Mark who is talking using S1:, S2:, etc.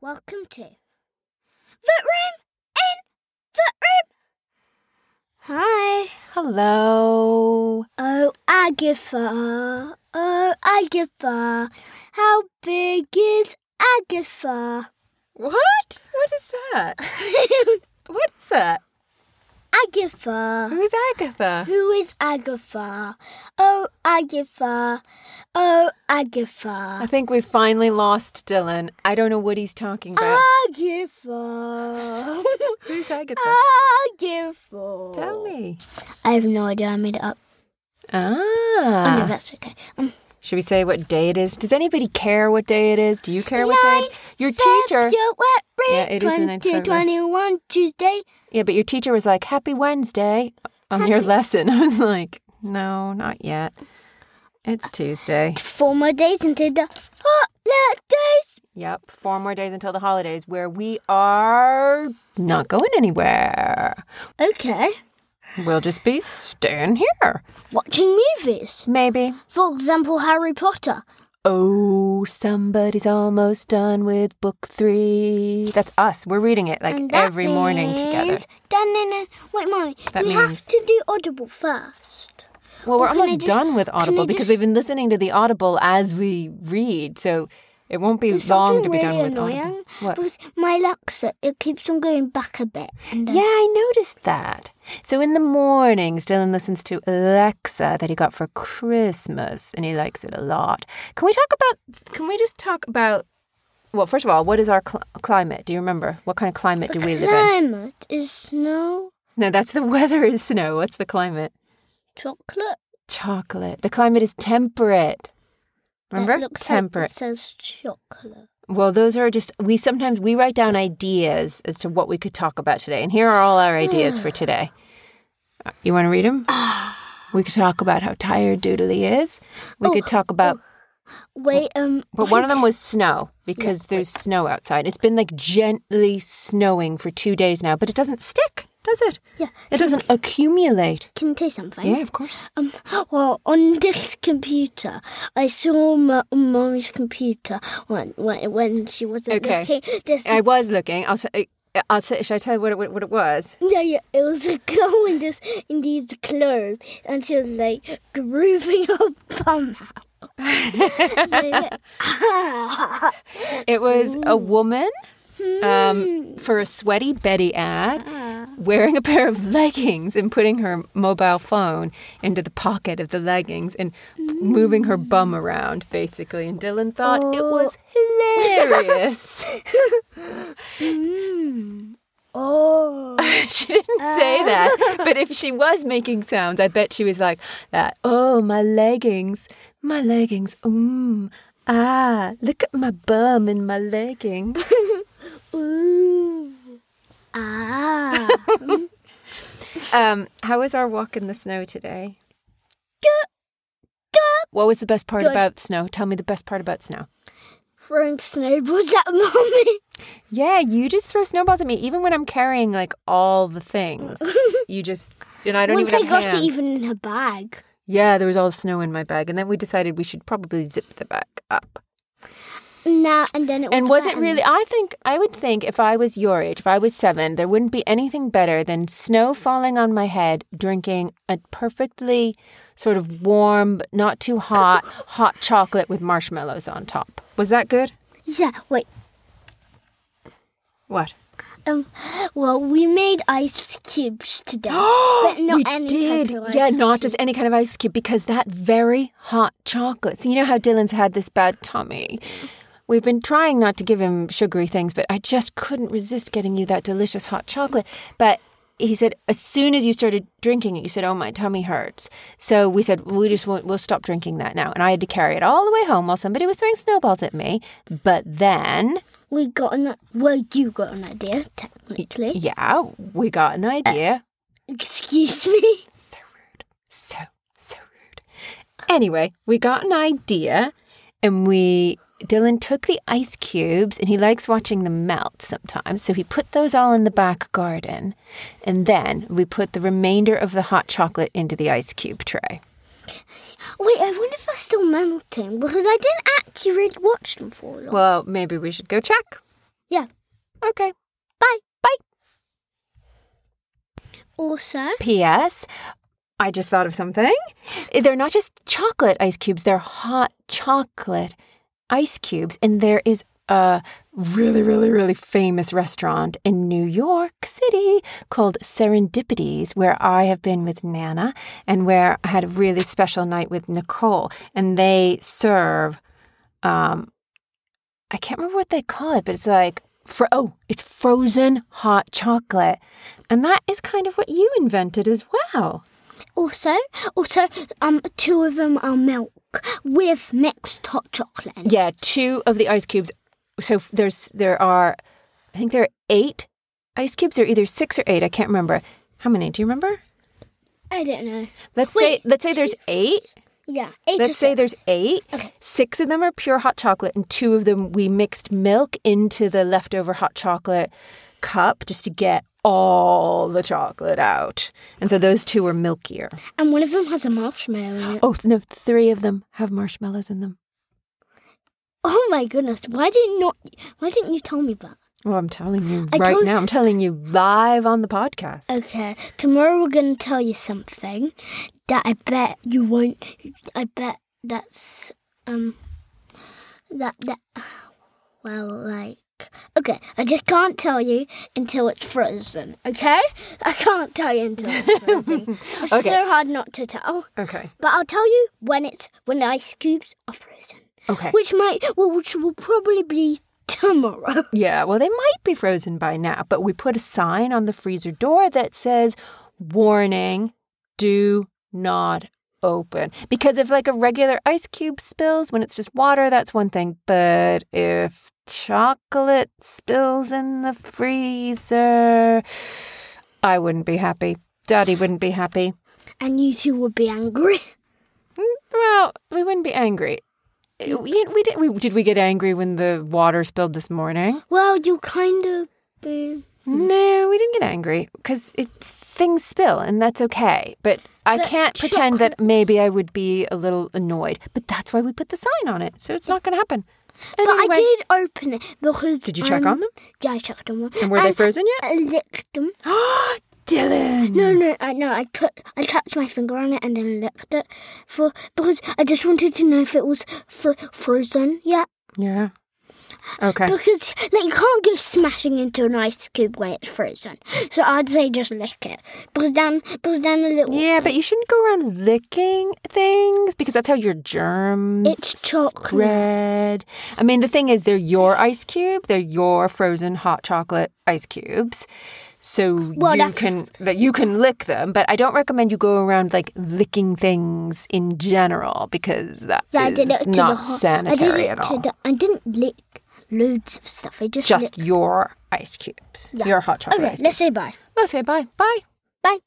S1: Welcome to Foot Room in Foot Room. Hi.
S2: Hello.
S1: Oh, Agatha. Oh, Agatha. How big is Agatha?
S2: What? What is that? What is that?
S1: Agatha.
S2: Who's Agatha?
S1: Who is Agatha? Oh, Agatha. Oh,
S2: I
S1: Agatha.
S2: think we've finally lost Dylan. I don't know what he's talking about.
S1: Agatha.
S2: Who's Agatha?
S1: Agatha.
S2: Tell me.
S1: I have no idea. I made it up. Oh, no,
S2: Ah.
S1: that's okay. Um,
S2: Should we say what day it is? Does anybody care what day it is? Do you care what day? It, your teacher.
S1: February
S2: Yeah, it is the ninth
S1: 2021 Tuesday.
S2: Yeah, but your teacher was like, "Happy Wednesday" on your lesson. I was like, "No, not yet. It's Tuesday."
S1: Four more days until the holidays.
S2: Yep, four more days until the holidays, where we are not going anywhere.
S1: Okay.
S2: We'll just be staying here.
S1: Watching movies.
S2: Maybe.
S1: For example, Harry Potter.
S2: Oh, somebody's almost done with book three. That's us. We're reading it like
S1: And that
S2: every morning together.
S1: means- Dun, dun, dun. Wait, mommy.
S2: That
S1: we
S2: means-
S1: have to do Audible first.
S2: Well, we're
S1: can I
S2: almost
S1: just-
S2: done with
S1: can I
S2: Audible because
S1: just-
S2: we've been listening to the Audible as we read, so it won't be
S1: There's something
S2: long to be done
S1: really
S2: with Audible.
S1: annoying
S2: What?
S1: because my Alexa it keeps on going back a bit. And then
S2: Yeah, I noticed that. So in the mornings, Dylan listens to Alexa that he got for Christmas, and he likes it a lot. Can we talk about? Can we just talk about? Well, first of all, what is our cl- climate? Do you remember what kind of climate do we live in?
S1: climate is snow,
S2: No, that's the weather is snow. What's the climate?
S1: chocolate.
S2: Chocolate. The climate is temperate. Remember?
S1: That looks
S2: temperate.
S1: Like it says chocolate.
S2: Well, those are just we sometimes we write down ideas as to what we could talk about today, and here are all our ideas for today. Uh, You want to read them? we could talk about how tired Doodly is. We could talk about,
S1: Oh, Wait, um.
S2: but one of
S1: wait.
S2: them was snow because there's snow outside. It's been like gently snowing for two days now, but it doesn't stick, does it?
S1: Yeah.
S2: It doesn't accumulate.
S1: Can you tell you something?
S2: Yeah, of course.
S1: Um, well, on this computer, I saw my mommy's computer when when, when she wasn't
S2: Okay.
S1: looking. This,
S2: I was looking. I'll. T- I'll t- should I tell you what it, what it was?
S1: yeah, yeah, it was a girl in this in these clothes, and she was like grooving her bum out. Like, ah.
S2: It was a woman um, for a sweaty Betty ad wearing a pair of leggings and putting her mobile phone into the pocket of the leggings and moving her bum around, basically. And Dylan thought it was hilarious.
S1: oh,
S2: she didn't say that, but if she was making sounds, I bet she was like that. Oh, my leggings, my leggings. Mmm. Ah, look at my bum in my leggings.
S1: ooh, ah,
S2: Um, how was our walk in the snow today?
S1: Good.
S2: What was the best part
S1: Good.
S2: about snow? Tell me the best part about snow.
S1: throwing snowballs at mommy.
S2: Yeah, you just throw snowballs at me, even when I'm carrying like all the things. you just and I don't
S1: Once I
S2: even. have
S1: got
S2: hands.
S1: it even in her bag.
S2: Yeah, there was all snow in my bag, and then we decided we should probably zip the bag up.
S1: Nah, and then it
S2: And
S1: was
S2: was it
S1: wet
S2: really? I think I would think if I was your age, if I was seven, there wouldn't be anything better than snow falling on my head, drinking a perfectly sort of warm, but not too hot, hot chocolate with marshmallows on top. Was that good?
S1: Yeah, wait.
S2: What?
S1: Um, well, we made ice cubes today, but not
S2: we
S1: any
S2: did.
S1: type of
S2: yeah,
S1: ice
S2: not just any kind of ice cube because that very hot chocolate. So you know how Dylan's had this bad tummy. We've been trying not to give him sugary things, but I just couldn't resist getting you that delicious hot chocolate. But he said, as soon as you started drinking it, you said, "Oh, my tummy hurts." So we said, "We just won't, we'll stop drinking that now." And I had to carry it all the way home while somebody was throwing snowballs at me. But then,
S1: We got an well, you got an idea technically.
S2: yeah, we got an idea.
S1: Excuse me.
S2: So rude. So, so rude. Anyway, we got an idea and we. Dylan took the ice cubes and he likes watching them melt sometimes. So he put those all in the back garden. And then we put the remainder of the hot chocolate into the ice cube tray.
S1: Wait, I wonder if they're still melting because I didn't actually really watch them for long.
S2: Well, maybe we should go check.
S1: Yeah.
S2: Okay.
S1: Bye.
S2: Bye.
S1: Also,
S2: P.S. I just thought of something. They're not just chocolate ice cubes, they're hot chocolate ice cubes. And there is a really, really, really famous restaurant in New York City called Serendipities, where I have been with Nana and where I had a really special night with Nicole. And they serve, um, I can't remember what they call it, but it's like, fro- oh, it's frozen hot chocolate. And that is kind of what you invented as well.
S1: also, also, um, two of them are milk with mixed hot chocolate. in it.
S2: Yeah, two of the ice cubes. So f- there's there are, I think there are eight ice cubes, or either six or eight. I can't remember. How many? Do you remember?
S1: I don't know.
S2: Let's say
S1: Wait,
S2: let's say there's eight.
S1: Yeah, eight
S2: Let's
S1: to
S2: say
S1: six.
S2: there's eight.
S1: Okay.
S2: Six of them are pure hot chocolate, and two of them we mixed milk into the leftover hot chocolate cup just to get all the chocolate out. And so those two were milkier.
S1: and one of them has a marshmallow in it.
S2: Oh no, three of them have marshmallows in them.
S1: Oh my goodness! Why did you not? Why didn't you tell me that?
S2: Well, I'm telling you
S1: I
S2: right
S1: told-
S2: now. I'm telling you live on the podcast.
S1: Okay, tomorrow we're gonna tell you something that I bet you won't. I bet that's um that that well like okay. I just can't tell you until it's frozen. Okay, I can't tell you until it's frozen. it's
S2: Okay.
S1: so hard not to tell.
S2: Okay.
S1: But I'll tell you when it's when the ice cubes are frozen,
S2: Okay.
S1: which might well, which will probably be tomorrow.
S2: Yeah, well, they might be frozen by now, but we put a sign on the freezer door that says, warning, do not open. Because if like a regular ice cube spills when it's just water, that's one thing. But if chocolate spills in the freezer, I wouldn't be happy. Daddy wouldn't be happy.
S1: and you two will be angry.
S2: Well, we wouldn't be angry. Uh, We, we did. We did. We get angry when the water spilled this morning.
S1: Well, you kind of. Uh,
S2: No, we didn't get angry because it's things spill and that's okay. But I
S1: But
S2: can't pretend that maybe I would be a little annoyed. But that's why we put the sign on it, so it's not going to happen.
S1: But
S2: Anyway-
S1: I did open it because.
S2: Did you check
S1: um,
S2: on them?
S1: Yeah, I checked on them.
S2: And were they frozen yet? Hmm.
S1: I licked them.
S2: Dylan.
S1: No, no, I no. I put, I touched my finger on it and then licked it for because I just wanted to know if it was fr- frozen yet.
S2: Yeah. Okay.
S1: Because like you can't go smashing into an ice cube when it's frozen. So I'd say just lick it because then because then a little.
S2: Yeah, but you shouldn't go around licking things because that's how your germs
S1: It's chocolate.
S2: spread. I mean, the thing is, they're your ice cube. They're your frozen hot chocolate ice cubes. So
S1: Well,
S2: you
S1: that's-
S2: can that you can lick them, but I don't recommend you go around like licking things in general because that
S1: Yeah,
S2: is
S1: I did it to
S2: not
S1: the hot. I did
S2: sanitary
S1: it
S2: at
S1: to
S2: all.
S1: The, I didn't lick loads of stuff. I just, licked-
S2: Just your ice cubes,
S1: Yeah.
S2: your hot chocolate
S1: okay.
S2: ice cubes.
S1: Let's say bye.
S2: Let's say bye. Bye.
S1: Bye.